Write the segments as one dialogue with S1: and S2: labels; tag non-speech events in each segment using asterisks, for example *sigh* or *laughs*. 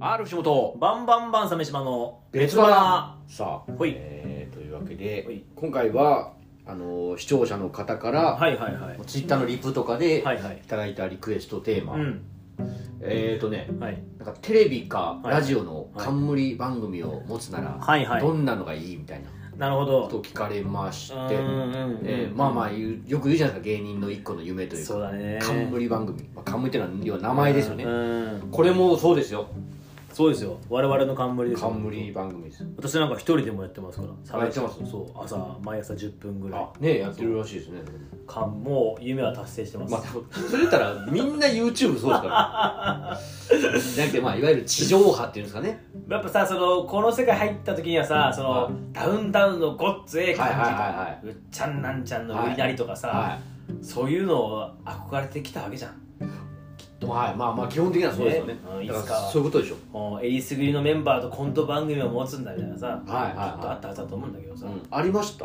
S1: R 藤本
S2: バンバンバン鮫島の
S3: 別
S2: 別
S3: 腹
S2: 腹
S3: さあ、
S2: ほい
S3: えーというわけで、
S2: ほい
S3: 今回はあのー視聴者の方から、
S2: はいはいはい
S3: ツイッターのリプとかで、
S2: はい
S3: い
S2: はい
S3: ただいたリクエストテーマ、
S2: うん
S3: えーとね
S2: はい
S3: なんかテレビか
S2: はい
S3: ラジオの
S2: はい
S3: 冠番組を持つなら、
S2: はいはい
S3: どんなのがいいみたいな
S2: なるほ
S3: こ
S2: ど
S3: とを聞かれまして、
S2: うんうんうん
S3: えーまあまあ言うよく言うじゃないですか芸人の一個の夢というか
S2: そうだね
S3: 冠番組、まあ、冠ってのは要は名前ですよね、
S2: うん
S3: これもそうですよ
S2: そうですよ我々の冠ですよ
S3: 冠番組です
S2: 私なんか一人でもやってますから
S3: あやってます
S2: そう朝毎朝10分ぐらい
S3: あねやってるらしいですね
S2: かもう夢は達成してます、
S3: まあでもそれ言ったらみんな YouTube そうですからねなんてまあいわゆる地上波っていうんですかね
S2: やっぱさそのこの世界入った時にはさその、
S3: はい
S2: ダウンタウンのごっつええ感じとか、
S3: はいはいはいは
S2: うっちゃんなんちゃんの売りなりとかさ、
S3: は
S2: そういうのを憧れてきたわけじゃん
S3: い、はい、まあまあ基本的にはそうですよね
S2: ねうんいつ
S3: だ
S2: かは
S3: からそういうことでしょ
S2: もうえりすぐりのメンバーとコント番組を持つんだみたいなさ、
S3: はいはいはい
S2: ちょっとあったはずだと思うんだけどさ、
S3: うんありました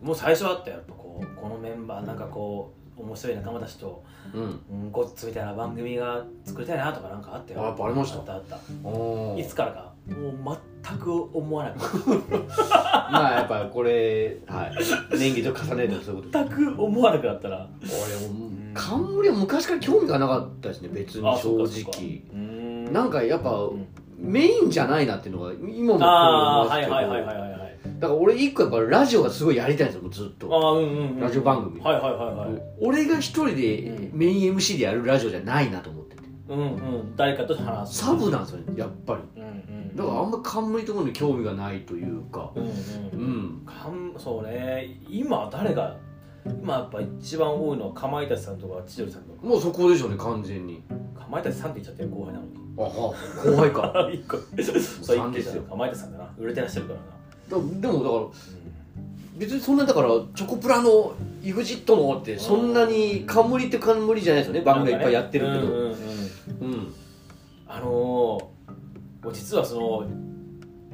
S2: もう最初あったよやっぱこうこのメンバーなんかこう面白い仲間たちと、
S3: うん
S2: うん、ごっつみたいな番組が作りたいなとかなんかあったよ
S3: あやっぱありました
S2: あったあった
S3: おー
S2: いつからかもう全く思わなかっ
S3: まあやっぱこれ、はい、年季と重ねるとそういうこと
S2: た全く思わなくなったら
S3: 俺も冠は昔から興味がなかったですね別に
S2: あ
S3: 正
S2: そっかそっか
S3: 直
S2: うーん
S3: なんかやっぱ、
S2: ん
S3: メインじゃないなっていうのが今も
S2: ああ
S3: 興
S2: は
S3: 味
S2: い
S3: が
S2: は
S3: あ
S2: い
S3: るんです
S2: はいは
S3: け
S2: い
S3: ど
S2: はい
S3: だから俺一個やっぱラジオがすごいやりたいんですよもうずっ
S2: あ
S3: と
S2: あうんうん、うん、
S3: ラジオ番組
S2: はいはいはいはい
S3: 俺が一人でメイン MC でやるラジオじゃないなと思ってて
S2: うんうん誰かと話す
S3: サブなんですよねやっぱり
S2: うんうん
S3: だからあんま冠とかに興味がないというか
S2: うんう
S3: うんん
S2: かんそうね今誰が今やっぱ一番多いのはかまいたちさんとか千鳥さんと
S3: もうそこでしょうね完全に
S2: かかまいたちさんって言っちゃってる後輩なのに
S3: ああ後輩か
S2: 一個そう一
S3: 三
S2: 個
S3: で
S2: じゃ
S3: すよ
S2: かまいたちさんだな売れてらっしゃるからな
S3: だでもだから別にそんなだからチョコプラの EXIT のってそんなに冠って冠じゃないですよね番組がいっぱいやってるけ
S2: なんか
S3: ど
S2: ねうんうん
S3: う
S2: うん
S3: ん
S2: あのー、もう実はその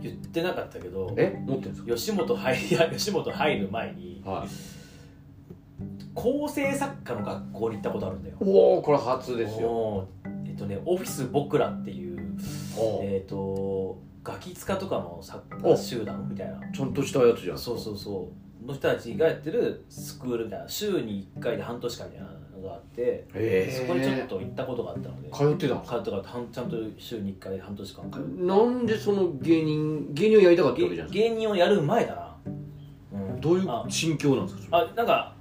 S2: 言ってなかったけど
S3: え持ってるんです
S2: 吉本入り *laughs* 吉本入る前に
S3: かはい
S2: 構成作家の学校に行ったことあるんだよ
S3: おおこれ初ですよ
S2: もうえっとねオフィス僕らっていう
S3: おー
S2: えっ、とガキ使とかの作家集団みたいな
S3: ちゃんとしたやつじゃん
S2: そうそうそうの人たちがやってるスクールみたいな週に1回で半年間みたいなのがあって
S3: へえ
S2: そこにちょっと行ったことがあったので通
S3: 通ってたんですか
S2: ったからはんちゃんと週に1回半年間通って
S3: なんでその芸人芸人をやりたかったわけじゃ
S2: 芸
S3: ないです
S2: 芸人をやる前だな、うん
S3: かどういう
S2: あ
S3: 心境なんですかそれ
S2: あなんか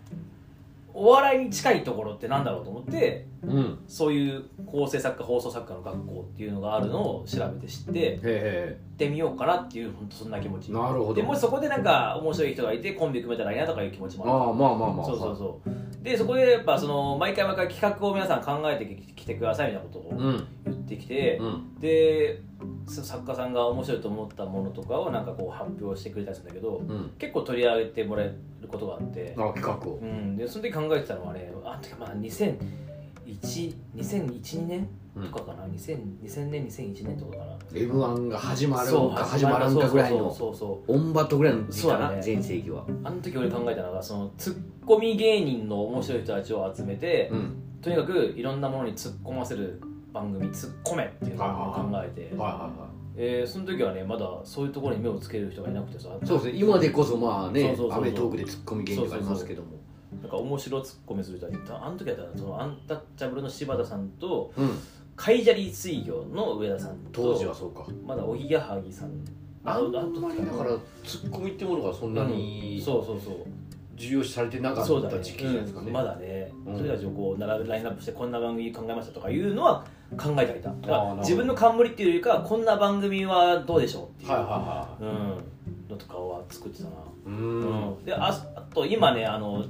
S2: お笑いに近いところってなんだろうと思って
S3: うん
S2: そういう構成作家放送作家の学校っていうのがあるのを調べて知って行
S3: へ
S2: ってみようかなっていう本当そんな気持
S3: え
S2: ち
S3: なるほ
S2: で
S3: ど
S2: もしそこでなんか面白い人がいてコンビ組めたらいいなとかいう気持ちもある
S3: ああまあまあまあ
S2: そうそうそうでそこでやっぱその毎回毎回企画を皆さん考えてききてくださいみたいなことを
S3: うん
S2: 言ってきて、
S3: うん
S2: でそ作家さんが面白いと思ったものとかをなんかこう発表してくれたりするんだけど
S3: うん
S2: 結構取り上げてもらえることがあって、
S3: あ企画を
S2: うん、でその時考えてたのはねあてかまあ2001 2001年
S3: うん
S2: とかかな、2000, 2000年2001年とかかな
S3: m 1が始まる
S2: そうん
S3: か始まらんかぐらいの
S2: そうそうそうそう
S3: オンバットぐらいの時期か
S2: そうだ
S3: な
S2: ね
S3: 全盛期は
S2: あの時俺考えたのがそのツッコミ芸人の面白い人たちを集めて、
S3: うん
S2: とにかくいろんなものに突っ込ませる番組「突っ込め」っていうのを考えて、
S3: はいは
S2: えーその時はねまだそういうところに目をつける人がいなくてさ
S3: いはいそうですね今でこそまあ
S2: そう
S3: ね
S2: そうそうそう
S3: アメトークでツッコミ芸人がありますけども
S2: なんか面白ツッコミする人はいたあの時はそのアンタッチャブルの柴田さんと
S3: うん
S2: カイジャリ水魚の上田さんと
S3: 当時はそうか
S2: まだおぎやはぎさん
S3: あんまりだかららツッコミってものがそんなに
S2: そうそうそう
S3: 重要視されてなかっ
S2: そうだ
S3: た
S2: ね
S3: 時期じゃないですか
S2: う
S3: ね
S2: んまだね、
S3: うん
S2: それたちをこう並べラインナップしてこんな番組考えましたとかいうのは考えてはいただ
S3: あ
S2: か
S3: ーなる
S2: ら
S3: ほど
S2: 自分の冠っていうよりかはこんな番組はどうでしょうっていう、
S3: はいはいは
S2: うん、のとかは作ってたな、
S3: いうー
S2: うんでああと今ねあの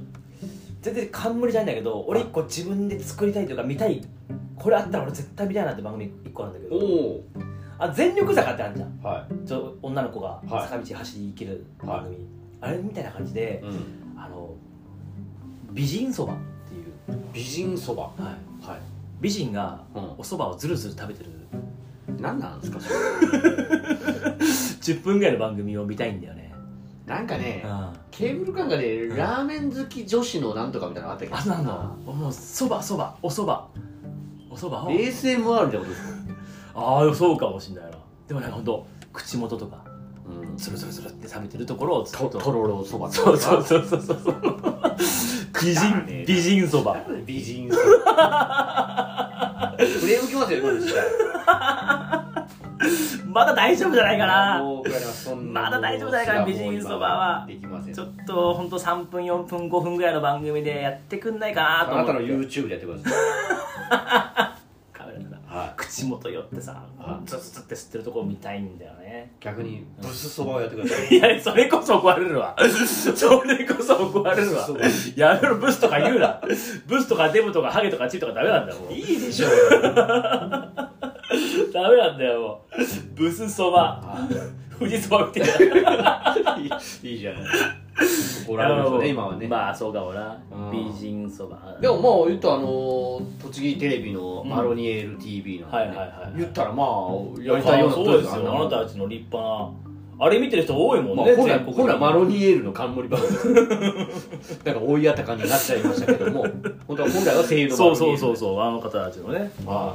S2: 全然冠じゃないんだけど俺一個自分で作りたいというか見たいこれあったら俺絶対見たいなって番組一個あるんだけ
S3: お
S2: ど
S3: お
S2: あ全力坂ってあるじゃん
S3: は
S2: ちょ女の子が
S3: はい
S2: 坂道走り行ける番組、あれみたいな感じで
S3: い、うん、
S2: あの美人そばっていう、
S3: 美人そば
S2: はい、
S3: は
S2: 美人が
S3: い、
S2: おそばをずるずる食べてる
S3: うん、何なん
S2: *laughs*
S3: ですかそれ
S2: 10分ぐらいの番組を見たいんだよね、
S3: なんかね
S2: うん、あ
S3: ケーブルカンガでラーメン好き女子のなんとかみたいなのあったけど
S2: なんだもうそばそばおそばおそばを
S3: ASMR ってことですか
S2: ああそうかもしんないなでもね本当口元とか
S3: うん
S2: スルスルスルって冷めてるところをずっ
S3: と
S2: と
S3: とろろそば
S2: そうそうそうそうそう美
S1: 汚ねえな
S2: 人美人そば
S1: 美人そう
S3: *laughs* クレームきますよ今の時代
S2: まだ大丈夫じゃないかな
S3: もう怒られますそん
S2: まだ大丈夫じゃないかな美人そばは
S3: できません
S2: ちょっと本当3分4分5分ぐらいの番組でやってくんないか
S3: あ
S2: なと思
S3: な
S2: って
S3: たの YouTube でやってください
S2: カメラから
S3: は
S2: 口元寄ってさ
S3: はい
S2: ズズズって吸ってるところ見たいんだよね *laughs*
S3: い逆にブスそばをやってください
S2: いや、それこそ怒られるわ。 *laughs* それこそ怒られるわ
S3: そう。
S2: やめろ、ブスとか言う
S3: *laughs*
S2: な。ブスとかデブとかハゲとかチビとかダメなんだよ、もう。
S3: いいでしょ
S2: ダメなんだよ、もう。ブスそば。富士そばみたいな。
S3: *laughs* いいいいじゃない怒られるでしょうね今はね
S2: まあ、そうかもな
S3: うん。
S2: 美人そば。
S3: でもまあ言ったらあのー栃木テレビのマロニエール TV の
S2: はいはいはい
S3: 言ったらまあやり
S2: やり
S3: た
S2: た
S3: い
S2: い
S3: よ
S2: よ
S3: う
S2: う
S3: な
S2: な
S3: こで
S2: こととですす
S3: よ
S2: よ。あなたたちの立派な。あれ見てる人多いもん
S3: まあ、
S2: ね、
S3: ほら
S2: 全国
S3: ほらマ
S2: ロ
S3: ロニエールの冠番
S2: *laughs*
S3: 組なんか追いやった感じになっちゃいましたけども本当は本来は声優のマ
S2: そ
S3: ロ
S2: う
S3: ニ
S2: そ
S3: エール
S2: うそうそう、あの方たちのね。
S3: は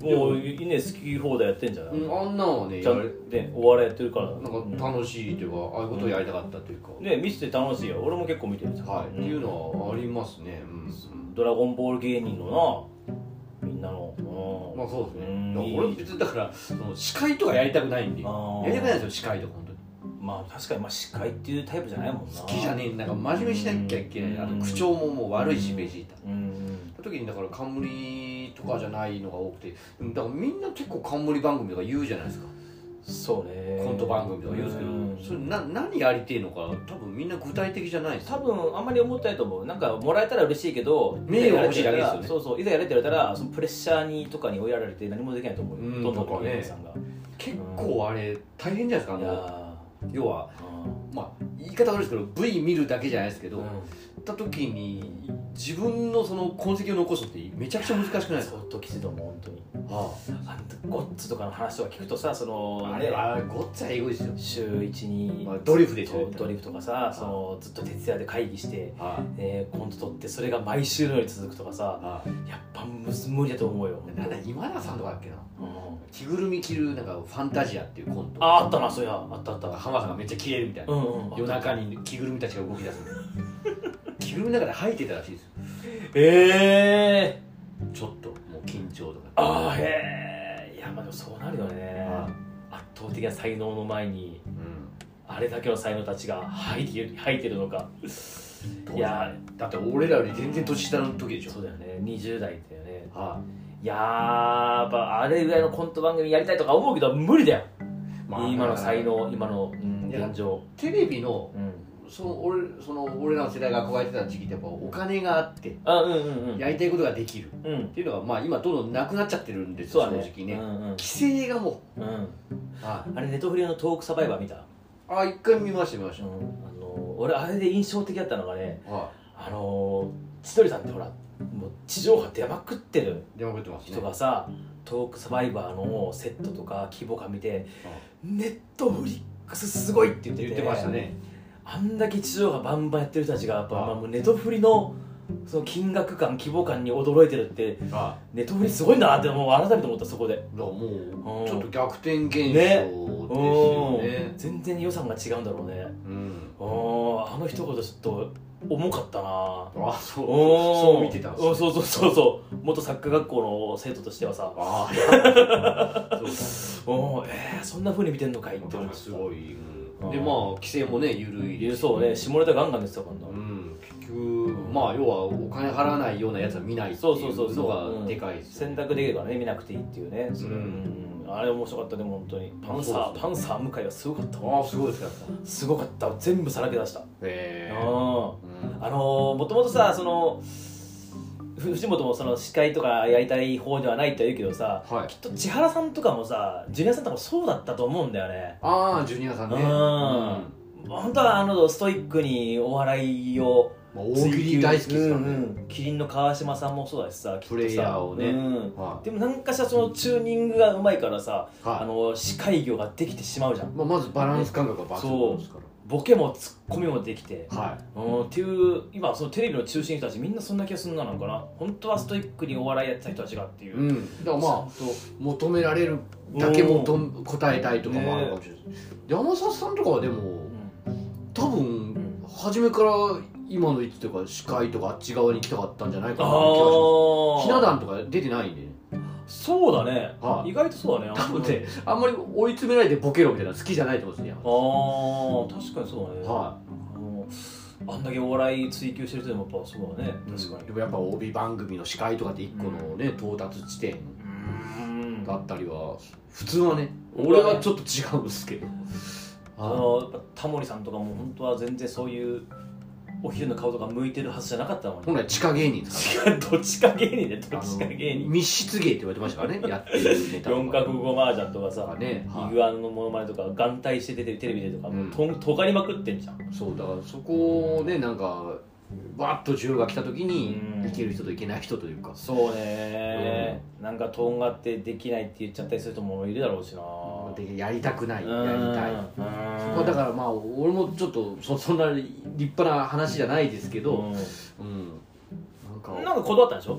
S2: もう、いいね、好き放題やってんじゃない
S3: いうんあんなのはね
S2: ちゃんね、お笑いやってるから。
S3: なんか楽しいというかああいうことをやりたかったというか、
S2: ね見てて楽しいよ俺も結構見てるじゃん、
S3: はい、
S2: う
S3: っていうんのはありますねうん、
S2: ドラゴンボール芸人のなみんなのうん
S3: まあそうですね、
S2: ん
S3: だから俺も別にだからその司会とかやりたくないんでや
S2: あー
S3: りたくないんですよ司会とか本当に
S2: まあ確かにまあ司会っていうタイプじゃないもんな
S3: 好きじゃねえなんか真面目にしなきゃいけない、
S2: うん
S3: あと口調ももう悪いしベジータ
S2: うん
S3: その時にだから冠とかじゃないのが多くてでもだからみんな結構冠番組とか言うじゃないですか
S2: そうね
S3: コント番組とか言うんですけど、
S2: うん
S3: それな何やりてえのか多分みんな具体的じゃないです
S2: 多分あんまり思ってないと思うなんかもらえたら嬉しいけど
S3: 名誉が欲しいだけですよね
S2: いざやれって言われたらそうそういざやれって言われたらそのプレッシャーにとかに追いやられて何もできないと思うよ
S3: うん
S2: どんどん
S3: とかね
S2: 芸人さんが
S3: 結構あれ大変じゃないですかあ
S2: いや
S3: の要は
S2: ーうん
S3: まあ言い方悪いですけど V 見るだけじゃないですけど、
S2: うん
S3: 行った時に自分のその痕跡を残すってめちゃくちゃ難しくないですか
S2: 相当きついと思う本当に
S3: あ
S2: あのゴッツとかの話とか聞くとさその
S3: あ
S2: ね
S3: れはごっつぁエグいですよ
S2: 週1に、
S3: まあドリフでしょ
S2: そうドリフとかさそのずっと徹夜で会議して、
S3: はい
S2: えーコント撮ってそれが毎週のように続くとかさ
S3: はい
S2: やっぱむず無理だと思うよ、
S3: なんだ今田さんとかだっけな
S2: うん
S3: 着ぐるみ着るなんかファンタジアっていうコント
S2: ああったなそういやあったあっ
S3: なんか
S2: た
S3: 浜田さんがめっちゃ着れるみたいな、
S2: うんうん
S3: 夜中に着ぐるみたちが動き出すみたいな着ぐるみの中で吐いてたらしいですよ
S2: ええ
S3: ちょっともう緊張とか
S2: ああへえいやまあでもそうなるよね
S3: あ
S2: 圧倒的な才能の前に
S3: うん
S2: あれだけの才能たちが吐いて吐いてるのかい
S3: いや
S2: や
S3: だって俺らより全然年下の時でしょ
S2: そうだよね20代だよね
S3: はい
S2: いやーやっぱあれぐらいのコント番組やりたいとか思うけど無理だよ、今の才能今の、うん、
S3: いや
S2: 現状、
S3: テレビの
S2: うん、
S3: その俺その俺らの世代が抱えてた時期ってやっぱお金があって
S2: あうんうんうん
S3: やりたいことができるっ
S2: うん
S3: ていうのはまあ今どんどんなくなっちゃってるんです
S2: そう
S3: よ
S2: だね
S3: 正直ね、
S2: うんうん
S3: 規制がも
S2: うん
S3: うあ
S2: あれネットフリーのトークサバイバー見た、
S3: あ一回見ました見まし
S2: うん、あの俺あれで印象的だったのがね
S3: たは
S2: あのー千鳥さんってほらもう地上波出まくってる
S3: い電話かけてますね
S2: 人がさ、トークサバイバーのセットとか規模感見てネットフリックスすごいって言って
S3: 言ってましたね
S2: あんだけ地上波バンバンやってる人たちがやっぱ
S3: あ
S2: まあ、もうネトフリのその金額感規模感に驚いてるって
S3: あ
S2: ネトフリすごいなってもう改めて思ったそこで、
S3: だからも
S2: う
S3: うんちょっと逆転現象ですよ
S2: ね
S3: ね
S2: うん全然予算が違うんだろうね
S3: うん
S2: うんあの一言ちょっと重かったな
S3: あそう
S2: うん
S3: そう見てたんです
S2: う
S3: よ
S2: んそうそうそうそう元サッカー学校の生徒としてはさ
S3: あ
S2: *laughs*
S3: あそう
S2: うんえー、そんなふうに見てんのかいって
S3: だ
S2: 思
S3: なん
S2: った
S3: かすごい、うん
S2: うん
S3: でまあ規制もね緩い
S2: 言うそうね下ネタガンガンですよ今度、
S3: うん、結局まあ要はお金払わないようなやつは見ないってい
S2: そうそうそう
S3: う
S2: そ
S3: の
S2: う
S3: がでかいですよ
S2: 選択できるからね見なくていいっていうねそれ、
S3: うん
S2: うんあれ面白かったでも本当にパン
S3: そ
S2: サ
S3: う
S2: ー
S3: そう
S2: パンサー向井はすごかった
S3: ああすごいですかったへ
S2: すごかった全部さらけ出したうん
S3: え
S2: あのもともとさその藤本もその司会とかやりたい方ではないって言うけどさ
S3: はい
S2: きっと千原さんとかもさジュニアさんとかもそうだったと思うんだよね
S3: ああジュニアさんね
S2: うん
S3: ま
S2: 本当はあのストイックにお笑いを
S3: あ大喜利大好きですから
S2: うん
S3: ね
S2: うんキリンの川島さんもそうだしさきっとさ
S3: プレイヤーをね
S2: うん
S3: は
S2: でも何かしらそのチューニングがうまいからさ
S3: い
S2: あ
S3: は
S2: の司会業ができてしまうじゃん
S3: いまあまずバランス感覚が抜群ですから
S2: ボケもツッコミもできて、
S1: は
S2: うん、っていう今そのテレビの中心の人たちみんなそんな気がするなのかな本当はストイックにお笑いやってた人たちがっていう、
S3: うん、だからまあ
S2: ちゃんと
S3: 求められるだけもと答えたいとかもあるかもしれない、山里さんとかはでも多
S2: う
S3: 分
S2: ん
S3: 初めから今の位置というか司会とかあっち側に行きたかったんじゃないかなって気がしま
S2: ああ
S3: すひな壇とか出てないんでね
S2: そうだね、
S3: はい
S2: 意外とそうだね
S3: 多分ねあんまり追い詰めないでボケろみたいなの好きじゃないと思うんですよね
S2: あー確かにそうだね、
S3: は
S2: あのあんだけお笑い追求してる人でもやっぱそうだね
S3: い、
S2: 確かに
S3: でもやっぱ帯番組の司会とかって一個のね、到達地点
S2: うん
S3: だったりは普通はね
S2: うん
S3: 俺はちょっと違うんですけど、
S2: あ
S3: は
S2: のやっぱタモリさんとかも本当は全然そういうお昼の顔とか向いてるはずじゃなかったの
S3: い
S2: に
S3: 本来地下芸人ですから
S2: 違う *laughs* どっちか芸人でど
S3: あ
S2: っちか
S3: の
S2: 芸人
S3: 密室芸って言われてましたから
S2: *laughs*
S3: ねやってるネタとか
S2: 四角五麻雀とかさ
S3: ね、
S2: イ
S3: は
S2: グアナのモノマネとか眼帯して出てるテレビでとかもうとん尖りまくってんじゃん
S3: い、そうだからそこをねなんかバッと需要が来た時に
S2: うん
S3: いける人といけない人というか
S2: そうねなんかとんがってできないって言っちゃったりする人もいるだろうしな
S3: でやりたくないや
S2: うん
S3: りたい
S2: うん
S3: まあだからまあ俺もちょっとそそんな立派な話じゃないですけど、
S2: う
S3: うん
S2: ん
S3: なん
S2: な
S3: か
S2: んか断ったんでしょ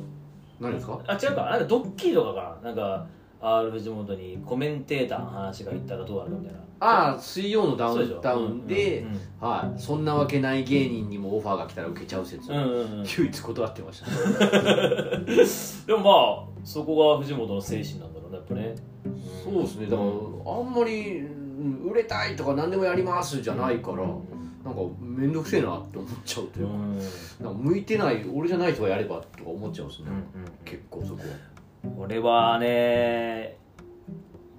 S3: 何ですか
S2: あ違うかなんかドッキリとかかななんか R 藤本にコメンテーターの話が言ったらどうなるかみたいな
S3: ああ水曜のダ
S2: そう
S3: ウ
S2: でしょ
S3: ンタウンで、
S2: うん
S3: はい、そんなわけない芸人にもオファーが来たら受けちゃう説、
S2: うんうんうんう
S3: *laughs*
S2: ん
S3: 唯一断ってました
S2: でもまあそこが藤本の精神なんだろうねやっぱね
S3: そうですねだからあんまりうん売れたいとか何でもやりますじゃないからなんか面倒くせえなって思っちゃうと
S2: う
S3: い
S2: ん
S3: う
S2: う
S3: か
S2: ん
S3: なんか向いてない俺じゃない人がやればとか思っちゃうんですね結構そこ
S2: うん俺はね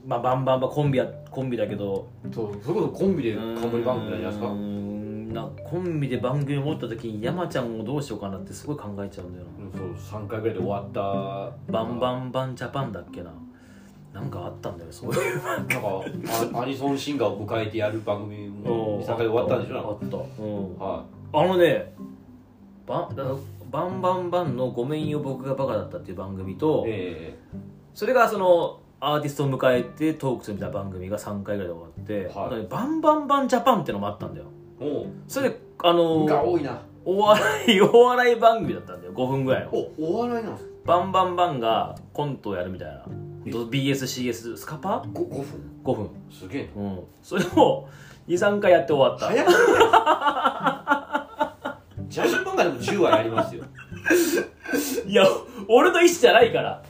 S2: まあバンバンバンコンビやコンビだけど
S3: そうそれこそコンビで冠番組やりますか
S2: うー
S3: うん
S2: なんかコンビで番組を持った時に山ちゃんをどうしようかなってすごい考えちゃうんだよ
S3: んそう3回ぐらいで終わった
S2: なバン
S3: ン
S2: バンバンジャパンだっけななんかあったんだよそういう
S3: なんかあアニソンシンガーを迎えてやる番組も3回で終わったんでしょ
S2: あったうん
S3: は
S2: あのねバンあのバンバンバンの「ごめんよ僕がバカだった」っていう番組と、
S3: いえ
S2: それがそのアーティストを迎えてトークするみたいな番組が3回ぐらいで終わって、
S3: はい
S2: あとねバンバンバンジャパンってのもあったんだよ
S3: えも
S2: それであ
S3: う
S2: の
S3: が多いな
S2: お笑い *laughs* お笑い番組だったんだよ5分ぐらいの
S3: おお笑いなんですか
S2: バンバンバンがコントをやるみたいな BSCS スカパー
S3: 5, 分
S2: ?5 分
S3: すげえな
S2: うんそれを23回やって終わった
S3: 早くないジャズ漫画でも10話やりますよ
S2: いや、俺の意思じゃないから。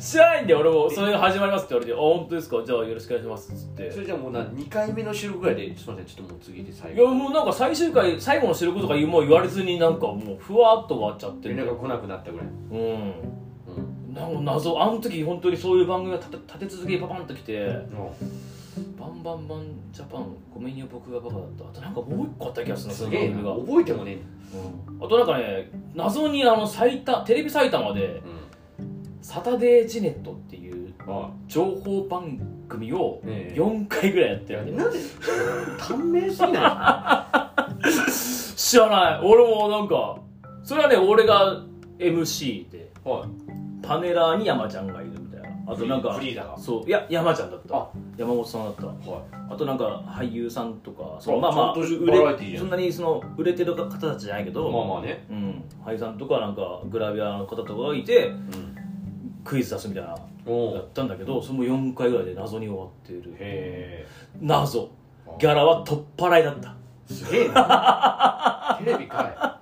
S2: 知らないんで、俺も、それが始まりますって言われて、あ、本当ですかじゃあよろしくお願いしますっつっ
S3: *laughs*
S2: て。
S3: それじゃあもうな2回目の収録ぐらいですいませんちょっともう次で最
S2: いや、
S3: 後
S2: もうなんか最終回、最後の収録とか言うもう言われずになんかもう、ふわっと終わっちゃって
S3: 連絡
S2: る。
S3: が来なくなったぐらい、
S2: うん。
S3: うん
S2: なんか謎、あの時本当にそういう番組が立て立て続けにパパンと来て、バンバンバンジャパン、ごめんよ僕がバカだった。あとなんかもう一個あった気がするな、
S3: すげえ
S2: そ
S3: な
S2: の番組
S3: 覚えてもね
S2: が。あとなんかね、謎にあの、埼玉、テレビ埼玉で、サタデージネットっていう
S3: うんあ
S2: 情報番組を、
S3: ええ
S2: 4回ぐらいやってるわけ
S3: なんで短命すぎな
S2: 知らない俺もなんかそれはね俺が MC で
S3: いは
S2: パネラーに山ちゃんがいるみたいなあとなんか
S3: フリーダが
S2: そういや山ちゃんだった
S3: あ
S2: 山本さんだった
S3: いは
S2: あとなんか俳優さんとかその
S3: あ
S2: まあまあ
S3: ちゃんと
S2: 売
S3: バラエティー
S2: れ
S3: じゃん
S2: そんなにその売れてる方たちじゃないけど、
S3: まあまあね、
S2: うん、俳優さんとかなんかグラビアの方とかがいてクイズ出すみたいな
S3: お
S2: や
S3: う
S2: ったんだけどそれも4回ぐらいで謎に終わってる
S3: へ
S2: 謎
S3: あ
S2: ギャラは取っ払いだった
S3: えす *laughs* げえなテレビか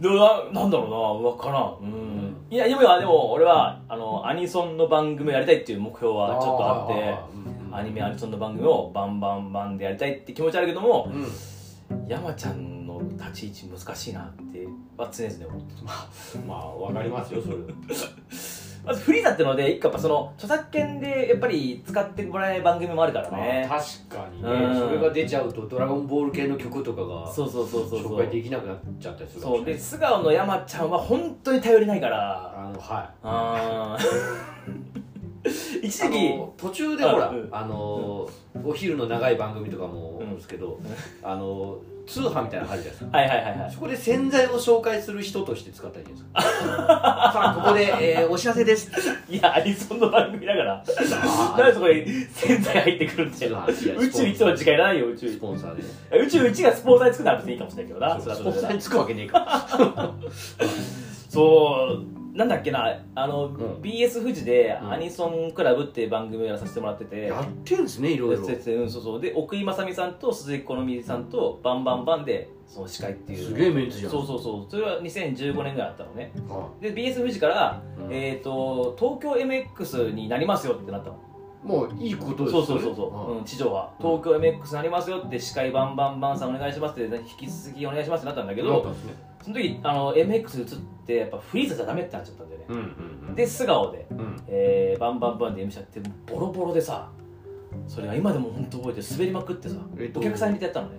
S2: でもななんだろうな分からんうんいやでも今はでも俺はあのアニソンの番組をやりたいっていう目標
S3: い
S2: はちょっとあって
S3: うん
S2: アニメアニソンの番組をバンバンバンでやりたいって気持ちあるけども
S3: うん
S2: 山ちゃんの立ち位置難しいなっては常々思ってま
S3: まあわかりますよそれ
S2: すまずフリーザってので一個やっぱその著作権でやっぱり使ってもらえない番組もあるからね
S3: あー確かにね、
S2: うん
S3: それが出ちゃうと「ドラゴンボール」系の曲とかが
S2: そうそうそうそう
S3: 紹
S2: そ
S3: 介
S2: う
S3: できなくなっちゃったりするかも
S2: そう
S3: しれな
S2: で
S3: い
S2: 素顔の山ちゃんは本当に頼りないから
S3: あのはい
S2: あ *laughs* ー一
S3: あ
S2: 時期
S3: の途中でほら
S2: あうん
S3: あの、お昼の長い番組とかも
S2: うん
S3: ですけど、あの通販みたいなのあるじゃないですか
S2: はいはいはいはい
S3: そこで洗剤を紹介する人として使ったらいいん
S2: *laughs*
S3: ですかさあここで、えーお知らせです
S2: いやアニソンの番組だからなんでそこに洗剤入ってくるんだよ宇宙一の時間いらないよ宇宙
S3: ス
S2: 一
S3: ポンサーで
S2: 宇宙一がスポンサーにつくなら別にいいかもしれないけどなそれは
S3: ス
S2: そ
S3: ポ
S2: れ
S3: ン
S2: で
S3: サーにつくわけねえか
S2: そうなんだっけなあの、
S3: ん
S2: BS 富士で
S3: うん
S2: アニソンクラブっていう番組をやらさせてもらってて、
S3: やってんですねいろい
S2: で
S3: ろ
S2: ででうんそうそうで奥井正美さんと鈴木好美さんとバンバンバンでその司会っていう
S3: すげえメンツじゃん
S2: そうそうそうそれは2015年ぐらいだったのね
S3: は
S2: で BS 富士から、
S3: いうん
S2: えー、と東京 MX になりますよってなったの
S3: もういいことですよ
S2: そう
S3: ね
S2: そうそうそう、うん、地上波東京 MX になりますよって司会バンバンバンさんお願いしますって、引き続きお願いしますってなったんだけ
S3: うんなった
S2: ど
S3: んですね
S2: その時あの MX 移ってやっぱフリーザじゃダメってなっちゃったんだよね、
S3: うんうんうん
S2: で素顔で、
S3: うん
S2: えーバンバンバンで MC やってボロボロでさそれが今でも本当覚えてる滑りまくってさ、
S3: えっと
S2: お客さん入れてやったのね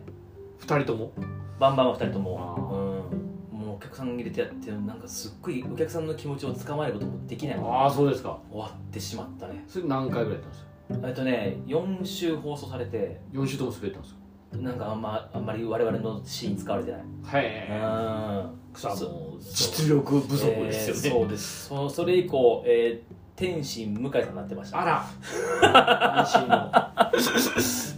S3: 二人とも
S2: バンバンは2
S3: あ
S2: 人と
S3: ー
S2: も、うん、もうお客さん入れてやってなんかすっごいお客さんの気持ちをつかまえることもできない終
S3: ああそうですか
S2: わってしまったね
S3: それ何回ぐらいやったんですか
S2: えっとね4週放送されて
S3: 4週とも滑ったんですか
S2: なんかあん,、まあんまり我々のシーン使われてない、
S3: は
S2: うん
S3: 草
S2: そう
S3: もう実力不足ですよね、
S2: えーそうですそそれ以降、えー天心向井さんになってました
S3: あら安心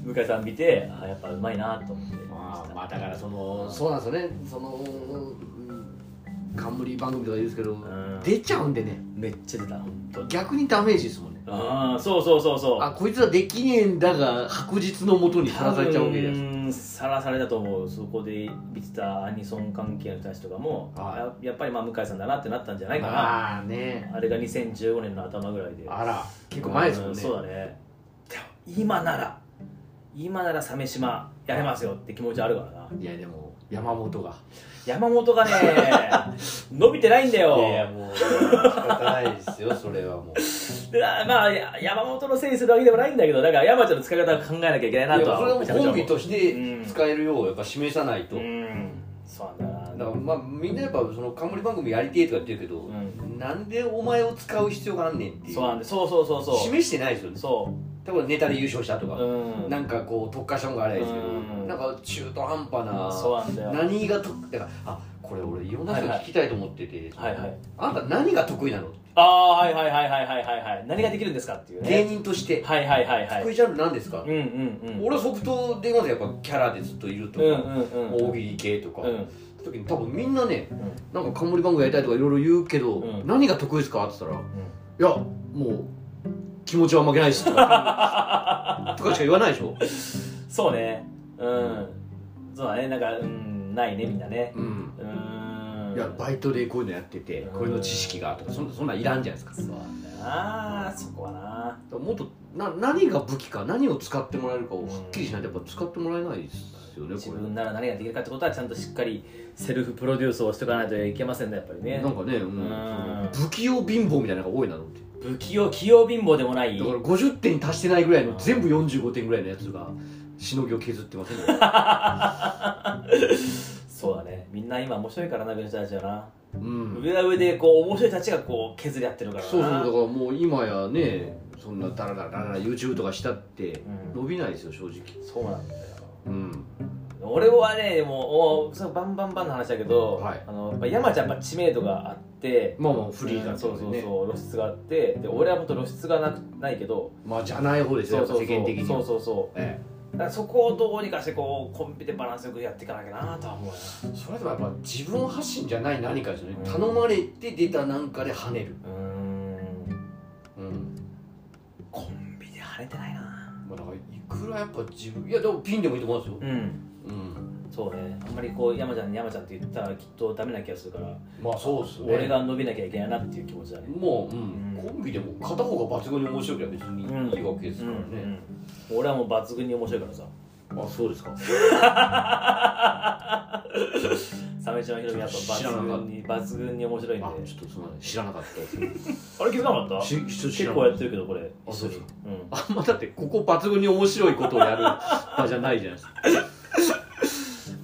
S3: の
S2: 向井さん見てあーやっぱうまいなと思って
S3: まあ、まあだからそのそうなんですよねそのうん冠番組とか言うんですけど、
S2: ん
S3: 出ちゃうんでね
S2: めっちゃ出た本当に
S3: 逆にダメージですもんね
S2: ああそうそうそうそう
S3: あこいつはできねえんだが白日のもとにさらされちゃうわけじゃないですか
S2: ですさらされだと思うそこで見てたアニソン関係の人たちとかも
S3: は
S2: ややっぱりまあ向井さんだなってなったんじゃないかな
S3: まあね
S2: あれが2015年の頭ぐらいで
S3: あら結構前ですもん
S2: う
S3: ね
S2: そうだねでも今なら今なら鮫島やれますよって気持ちあるからない
S3: やでも山本が
S2: 山本
S3: *laughs*
S2: がね伸びてないんだよ
S3: もう仕方ないですよそれはもう
S2: でなまあや山本のせいにするわけでもないんだけどだから山ちゃんの使い方を考えなきゃ *laughs* いけないなとはめちゃ
S3: それを
S2: くちゃ
S3: コ
S2: 思
S3: ン
S2: う
S3: ビとして使えるようやっぱ示さないと、
S2: うんそうなんだよ
S3: だ
S2: な
S3: からまあみんなやっぱその冠番組やりてえとか言ってるけど、
S2: う
S3: なんでお前を使う必要があんねんっていう
S2: そうなんだそうそうそうそう
S3: 示してないですよね
S2: そ
S3: 多分ネタで優勝したと
S2: う、
S3: か、
S2: うん、
S3: なんかこう特化したのがあれですけど、
S2: うん
S3: なんか中途半端な、
S2: そうなんだよ
S3: 何がとだからあこれ俺いろんな人に聞きたいと思ってて、
S2: はいはい
S3: あんた何が得意なの、
S2: ああはいはいはいはいはいはいはい何ができるんですかっていう
S3: 芸
S2: ね
S3: 人として、
S2: はいはいはいは
S3: 得意
S2: い
S3: ジャンルなんですか、
S2: うんうんうん
S3: 俺は即答でまずやっぱキャラでずっといるとか、
S2: うんうんうん
S3: 大喜利系とか、
S2: うん
S3: 時に多分みんなね
S2: うん
S3: なんか冠番組やりたいとかいろいろ言うけど、
S2: うん
S3: 何が得意ですかって言ったらいやもう気持ちは負けないですとか
S2: *laughs*
S3: とかしか言わないでしょ、
S2: そうねうんそうだねなんかうんないねみんなね
S3: うん、
S2: うーん
S3: いやバイトでこういうのやってて
S2: うん
S3: これの知識がとかそんそんなんいらんじゃないですか
S2: そうなんだよなそこはな
S3: もっとな何が武器か何を使ってもらえるかをはっきりしないとやっぱ使ってもらえないですよね
S2: 自
S3: これ
S2: 分なら何ができるかってことはちゃんとしっかりセルフプロデュースをしていかないといけませんねやっぱりね
S3: なんかね、うん
S2: うん
S3: 不器用貧乏みたいなのが多いなのって
S2: 不器用器用貧乏でもない
S3: だから50点に達してないぐらいの
S2: うん
S3: 全部45点ぐらいのやつがしのぎを削ってませんね
S2: *laughs* そうだねみんな今面白いからな上の人たちはな
S3: うん
S2: 上は上でこう面白い人たちがこう削り合ってるからな
S3: そうそうだからもう今やねそんなダラダラダラダラ YouTube とかしたって
S2: う
S3: 伸びないですよ正直
S2: んそうなんだよ
S3: うん
S2: 俺はねでもおそのバンバンバンの話だけど、
S3: はい
S2: あのやっぱ山ちゃんやっぱ知名度があって
S3: まあまあフリーだった
S2: そ
S3: ん
S2: う
S3: で
S2: そう
S3: ね
S2: そう露出があってで俺はもっと露出がなくないけど
S3: まあじゃない方ですよ
S2: そ
S3: や
S2: う
S3: っぱ
S2: そうそう
S3: 世間的には
S2: そうそうそう
S3: ええ
S2: だからそこをどうにかしてこうコンビでバランスよくやっていかなきゃなとは思うよ
S3: それでもやっぱ自分発信じゃない何かですよね、
S2: うん
S3: 頼まれて出たなんかで跳ねる、
S2: うーん
S3: うん
S2: コンビで晴れてないな
S3: まあ、だからいくらやっぱ自分いやでもピンでもいいと思うんですよ、
S2: うん
S3: うん、
S2: そうねあんまりこう山ちゃんに山ちゃんって言ったらきっとダメな気がするから
S3: まあそうですよね
S2: 俺が伸びなきゃいけないなっていう気持ちだね
S3: もう、うん
S2: うん
S3: コンビでも片方が抜群に面白ければ別にいいわけですからね、
S2: うん俺はもう抜群に面白いからさ
S3: あそうですか
S2: 鮫島ひろみやっぱ抜群に抜群に面白いんで
S3: あちょっとすみません知らなかったです
S2: あれ気づかなかった
S3: しちょっと知
S2: 結
S3: らな
S2: 構
S3: か
S2: や
S3: っ
S2: ってるけどこれ
S3: あそうですか
S2: うん
S3: たあんまだってここ抜群に面白いことをやる場じゃないじゃないですか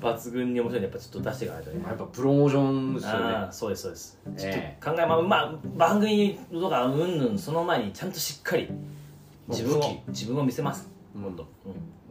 S2: 抜群に面白いんでやっぱちょっと出していかないとね
S3: やっぱプロモーションですよね
S2: ああそうですそうですちょっ
S3: え
S2: と考えままあ番組とかうんぬんその前にちゃんとしっかり自分
S3: まあ武
S2: を自分を見せます
S3: なんだ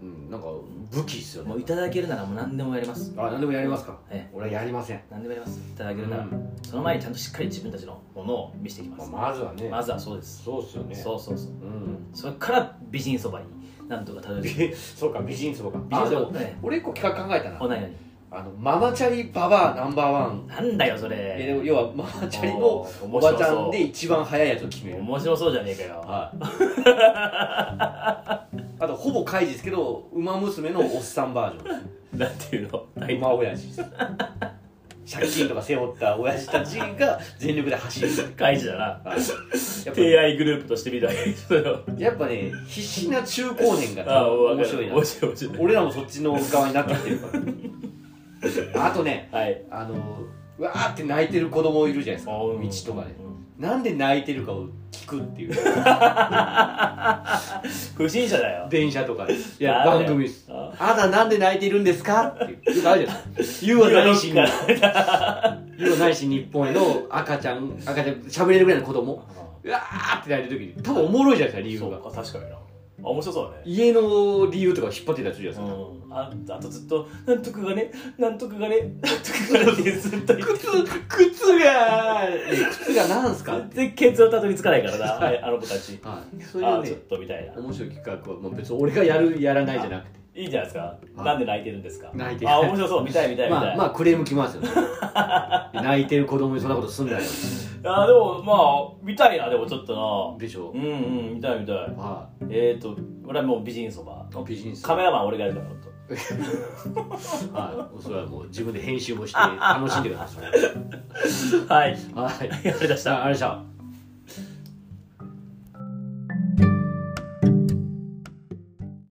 S2: うん
S3: うんなんか武器っすよ
S2: も
S3: ね
S2: ういただけるならもう何でもやります
S3: あ何でもやりますか
S2: ええ
S3: 俺はやりません
S2: 何でもやりますいただけるなら、
S3: うん
S2: その前にちゃんとしっかり自分たちのものを見せていきま、
S3: ますあまずはね
S2: まずはそうです、
S3: そうっすよね
S2: そうそうそ
S3: う
S2: う
S3: ん
S2: それから美人そばになんとかたどり着く
S3: びそうか *laughs* 美人層か
S2: 美人
S3: あで
S2: そ
S3: も
S2: ばね
S3: 俺一個企画考えたな
S2: おないのに
S3: あのママチャリババアナンバーワン
S2: なんだよそれ
S3: えでも要はママチャリのお
S2: お
S3: ば
S2: ば
S3: ち
S2: ち
S3: ゃ
S2: ゃ
S3: ん
S2: ん
S3: で
S2: で
S3: 一番速いやつを決める
S2: 面白そうじゃねえかよ
S3: はいあとほぼ怪事ですけど馬娘のおっさんバージョン
S2: なんていうのタイト
S3: 馬親父借金とか背負った親父たちが全力で走る
S2: ル開示だな
S3: はいやっぱ
S2: 提愛グループとしてみたいそれを
S3: やっぱね必死な中高年が
S2: あ分か
S3: 面
S2: る
S3: 白いな
S2: 面白い面白い
S3: 俺らもそっちの側になってきてるからあとね
S2: はい
S3: あのうわーって泣いてる子供いるじゃないですか道とかでなんで泣いてるかを聞くって *laughs* いう
S2: 不審者だよ
S3: 電車とかでい
S2: あ
S3: や
S2: るよ
S3: 番組です
S2: あ
S3: あなたなんで泣いてるんですかっていうよくあるじゃない *laughs* 言うはないし
S2: 言うは
S3: 言うはないし日本への赤ちゃん赤ちゃん喋れるぐらいの子供うわーって泣いてる時に多分おもろいじゃないです *laughs* か理由が
S2: そうか確かになあ面白そうだね
S3: 家の理由とか引っ張ってたりするじゃないですか
S2: うんああとずっと「なんとかがねなんとかがねなんとかがね」ってずっと言って
S3: 靴靴が靴がなんすか
S2: 全然ケツをたどり着かないからなはいあの子たち
S3: はいそうい
S2: あ
S3: う
S2: ちょっ
S3: ね
S2: とみたいな
S3: 面白い企画は、まあ、別に俺がやるやらないじゃなくて
S2: いいじゃないですか
S3: あ
S2: なんで泣いてるんですか
S3: 泣いてる
S2: あ面白そう見たい見たい見た
S3: まあ
S2: い
S3: まあクレームきますよね *laughs* 泣いてる子供にそんなことすんなよ
S2: あでもまあ見たいなでもちょっと
S3: でしょ
S2: なうんうん見たい見たい
S3: は
S2: えっ、ー、と俺はもう美人そば
S3: いビジネス
S2: カメラマン俺がやるからほんと
S3: はいそれはもう
S2: *laughs*
S3: 自分で編集もして楽しんでください
S2: はい
S3: はい
S2: やりだした
S3: ああれでした